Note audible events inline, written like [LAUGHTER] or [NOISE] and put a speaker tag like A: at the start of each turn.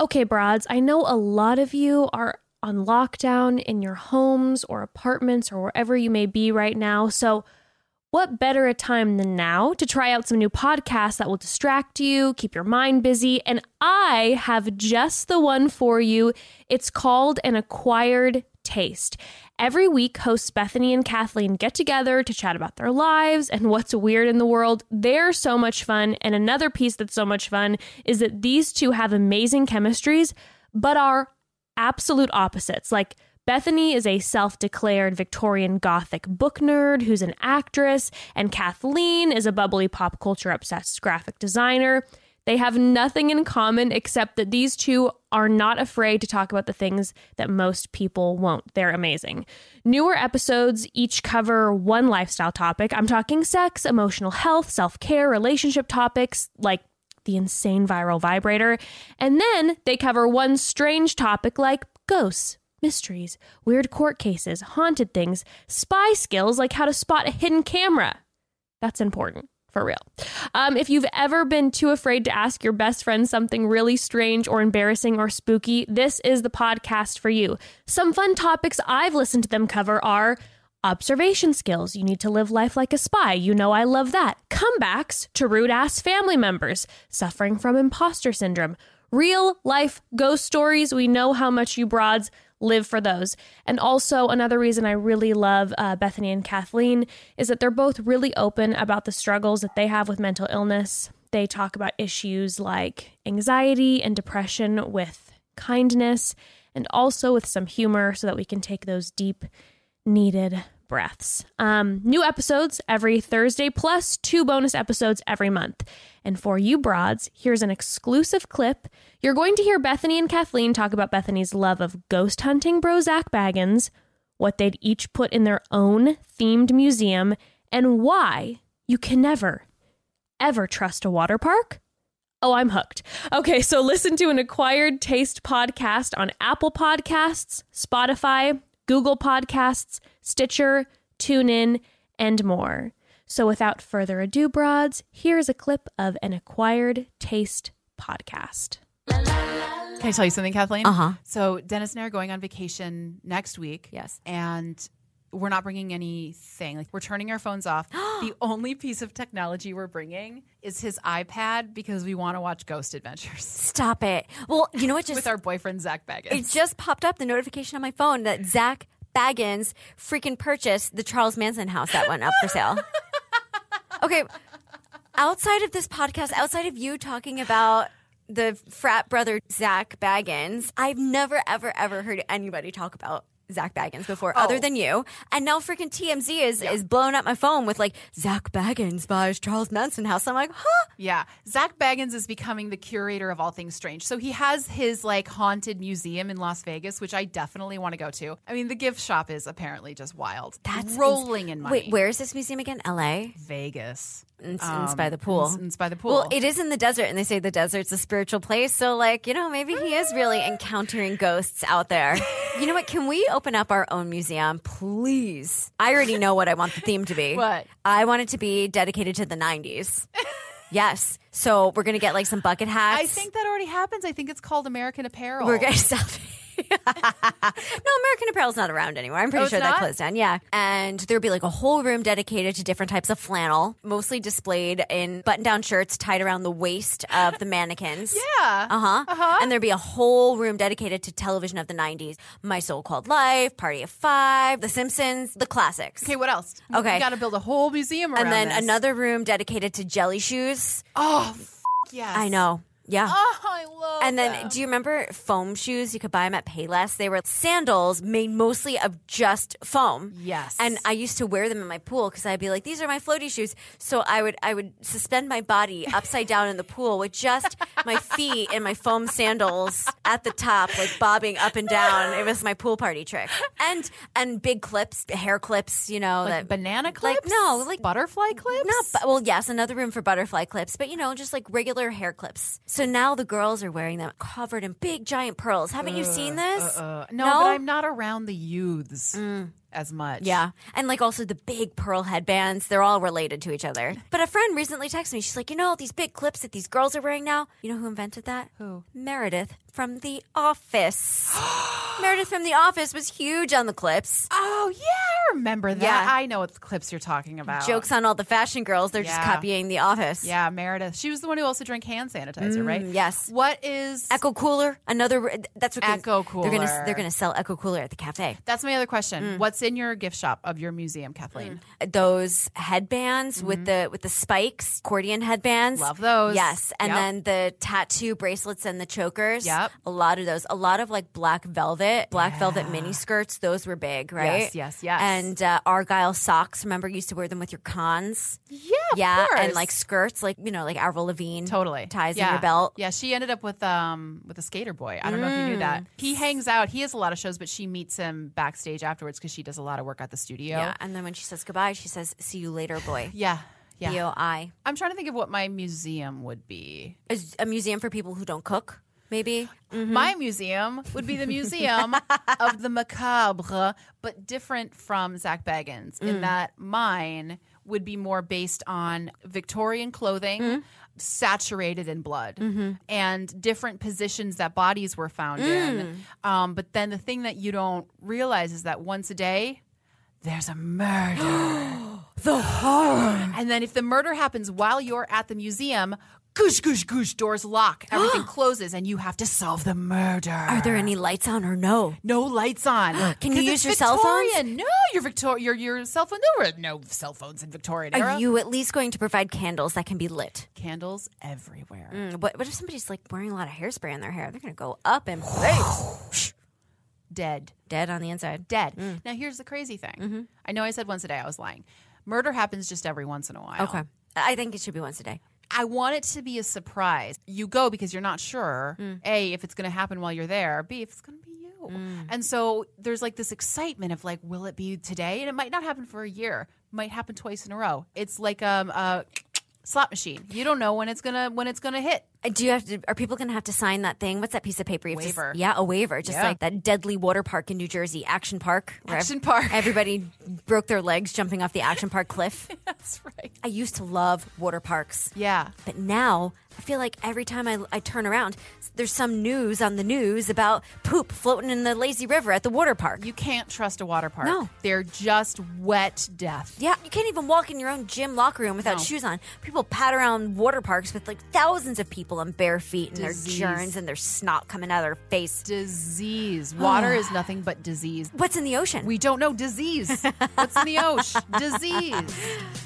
A: Okay, broads, I know a lot of you are on lockdown in your homes or apartments or wherever you may be right now. So, what better a time than now to try out some new podcasts that will distract you, keep your mind busy? And I have just the one for you. It's called An Acquired Taste. Every week, hosts Bethany and Kathleen get together to chat about their lives and what's weird in the world. They're so much fun. And another piece that's so much fun is that these two have amazing chemistries, but are absolute opposites. Like, Bethany is a self declared Victorian Gothic book nerd who's an actress, and Kathleen is a bubbly pop culture obsessed graphic designer. They have nothing in common except that these two are not afraid to talk about the things that most people won't. They're amazing. Newer episodes each cover one lifestyle topic. I'm talking sex, emotional health, self care, relationship topics like the insane viral vibrator. And then they cover one strange topic like ghosts, mysteries, weird court cases, haunted things, spy skills like how to spot a hidden camera. That's important. For real. Um, if you've ever been too afraid to ask your best friend something really strange or embarrassing or spooky, this is the podcast for you. Some fun topics I've listened to them cover are observation skills. You need to live life like a spy. You know, I love that. Comebacks to rude ass family members suffering from imposter syndrome. Real life ghost stories. We know how much you broads live for those. And also, another reason I really love uh, Bethany and Kathleen is that they're both really open about the struggles that they have with mental illness. They talk about issues like anxiety and depression with kindness and also with some humor so that we can take those deep, needed breaths. Um, new episodes every Thursday, plus two bonus episodes every month. And for you broads, here's an exclusive clip. You're going to hear Bethany and Kathleen talk about Bethany's love of ghost hunting bro Zach Baggins, what they'd each put in their own themed museum, and why you can never, ever trust a water park. Oh, I'm hooked. Okay, so listen to an Acquired Taste podcast on Apple Podcasts, Spotify, Google Podcasts, Stitcher, TuneIn, and more. So without further ado, broads, here's a clip of an Acquired Taste podcast.
B: Can I tell you something, Kathleen?
C: Uh-huh.
B: So Dennis and I are going on vacation next week.
C: Yes.
B: And we're not bringing anything. Like we're turning our phones
C: [GASPS]
B: off. the only piece of technology we're bringing is his iPad because we want to watch Ghost Adventures [LAUGHS]
C: Stop it. Well, you know what just
B: with our boyfriend Zach Baggins.
C: it just popped up the notification on my phone that Zach Baggins freaking purchased the Charles Manson house that went up
B: [LAUGHS]
C: for sale. okay. Outside of this podcast, outside of you talking about the frat brother Zach Baggins, I've never, ever, ever heard anybody talk about Zach Baggins before,
B: Oh.
C: other than you. And now freaking TMZ is, is blowing up my phone with like Zach Baggins buys Charles Manson house. I'm like, huh?
B: Yeah. Zach Baggins is becoming the curator of all things strange. So he has his like haunted museum in Las Vegas, which I definitely want to go to. I mean, the gift shop is apparently just wild.
C: That's
B: rolling
C: ins-
B: in money.
C: Wait, where is this museum again? LA?
B: Vegas.
C: It's, it's by the pool.
B: Um, it's- it's by the
C: Well,
B: pool.
C: it is in the desert, and they say the desert's a spiritual place. So, like, you know, maybe he is really encountering ghosts
B: [LAUGHS]
C: out there. you know what? Can we open up our own museum, please? I already know what I want the theme to
B: [LAUGHS]
C: be.
B: What?
C: I want it to be dedicated to
B: [LAUGHS]
C: the 90s. yes. So, we're going to get like some bucket hats.
B: I think that already happens. I think it's called American Apparel.
C: We're [LAUGHS] gonna stop. no, American Apparel's not around anymore. I'm pretty
B: Oh, it's
C: sure that
B: not?
C: closed down. Yeah, and there'd be like a whole room dedicated to different types of flannel, mostly displayed in button-down shirts tied around the waist of the mannequins.
B: yeah.
C: Uh huh. Uh-huh. And there'd be a whole room dedicated to television of the '90s: My So Called Life, Party of Five, The Simpsons, the classics.
B: Okay, what else?
C: Okay.
B: We got to build a whole museum around
C: and then
B: this.
C: another room dedicated to jelly shoes.
B: Oh, f- yes.
C: I know. Yeah.
B: Oh, I love
C: And then,
B: them.
C: do you remember foam shoes? You could buy them at Payless. They were sandals made mostly of just foam.
B: Yes.
C: And I used to wear them in my pool because I'd be like, "These are my floaty shoes." So I would I would suspend my body upside down in the pool with just my feet and my foam sandals at the top, like bobbing up and down. It was my pool party trick. And and big clips, hair clips. You know,
B: like
C: that
B: banana clips?
C: like, no, like-
B: butterfly clips?
C: not bu- well, yes, another room for butterfly clips, but you know, just like regular hair clips. So now the girls are wearing them covered in big giant pearls. Haven't you seen this?
B: Uh, no,
C: No? Mm.
B: but I'm not around the youths as much.
C: Yeah. And like also the big pearl headbands, they're all related to
B: [LAUGHS]
C: each other. But a friend recently texted me. She's like, you know, these big clips that these girls are wearing now. You know who invented that? Who? Meredith from The
B: [GASPS]
C: Office. Meredith from The Office was huge on the clips.
B: Oh yeah, I remember that.
C: Yeah.
B: I know what clips you're talking about.
C: Jokes on all the fashion girls. They're just
B: Oh. Yeah.
C: copying The Office.
B: Yeah, Meredith. She was the one who also drank hand sanitizer, right?
C: Mm, yes.
B: What is
C: Echo Cooler, another. uh, That's what
B: Echo
C: They're gonna
B: Cooler.
C: they're gonna sell Echo Cooler at the cafe.
B: That's my other
C: Mm.
B: question. What's in your gift shop of your museum, Kathleen?
C: Those headbands with the with the spikes, accordion headbands.
B: Mm-hmm. Love those.
C: Yes, and
B: Yep.
C: then the tattoo bracelets and the chokers.
B: Yep.
C: a lot of those. A lot of like black velvet, black velvet mini skirts. Those were big, right?
B: Yes, yes, yes.
C: And uh, argyle socks. Remember, you used to wear them with your cons.
B: Yeah, of
C: yeah, and
B: course.
C: like skirts, like you know, like Avril Lavigne.
B: Totally.
C: ties
B: yeah.
C: in your belt.
B: Yeah, she ended up with um with a skater boy. I don't know if you knew
C: Mm.
B: that. He hangs out. He has a lot of shows, but she meets him backstage afterwards because she does a lot of work at the studio.
C: Yeah, and then when she says goodbye, she says, "See you later, boy."
B: Yeah. Yeah.
C: B O I.
B: I'm trying to think of what my museum would be.
C: is a museum for people who don't cook, maybe.
B: My museum would be the museum of the macabre, but different from Zach Baggins in that mine would be more based on Victorian clothing. Saturated in blood and different positions that bodies were found in. Um, but then the thing that you don't realize is that once a day, there's a murder.
C: [GASPS] The horror.
B: and then if the murder happens while you're at the museum, goosh, goosh, goosh, doors
C: [GASPS]
B: lock, everything closes, and you have to solve the murder.
C: Are there any lights on or no?
B: no lights on.
C: [GASPS] Can you
B: 'Cause
C: use
B: it's
C: your cell phones?
B: Victorian. No, your Victor, your your cell phone. There were no cell phones in Victorian era.
C: Are you at least going to provide candles that can be lit?
B: Candles everywhere.
C: Mm, What, what if somebody's like wearing a lot of hairspray in their hair? They're going to go up
B: [SIGHS]
C: and Hey.
B: Dead,
C: dead on the inside.
B: dead.
C: Mm.
B: Now here's the crazy thing.
C: Mm-hmm.
B: I know I said once a day. I was lying. Murder happens just every once in a while.
C: Okay. I think it should be once a day.
B: I want it to be a surprise. You go because you're not sure, A, if it's going to happen while you're there, B, if it's going to be you. And so there's like this excitement of like, will it be today? And it might not happen for a year, might happen twice in a row. It's like um, a slot machine. You don't know when it's going to when it's going to hit.
C: Uh, Do you have to? Are people going to have to sign that thing? What's that piece of paper? You have to s-
B: Waiver.
C: yeah, a waiver. Just
B: Yeah.
C: like that deadly water park in New Jersey, Action Park. where
B: Action Park.
C: Everybody broke their legs jumping off the Action
B: [LAUGHS]
C: Park cliff.
B: [LAUGHS] That's right.
C: I used to love water parks.
B: Yeah.
C: But now I feel like every time I, I turn around, there's some news on the news about poop floating in the lazy river at the water park.
B: You can't trust a water park.
C: No.
B: They're just wet death.
C: yeah, you can't even walk in your own gym locker room without
B: No.
C: shoes on. People pat around water parks with like thousands of people on bare feet and
B: Disease.
C: their germs and their snot coming out of their face.
B: Disease. Water [SIGHS] is nothing but disease.
C: What's in the
B: [LAUGHS]
C: ocean?
B: We don't know disease. What's in the ocean? Disease.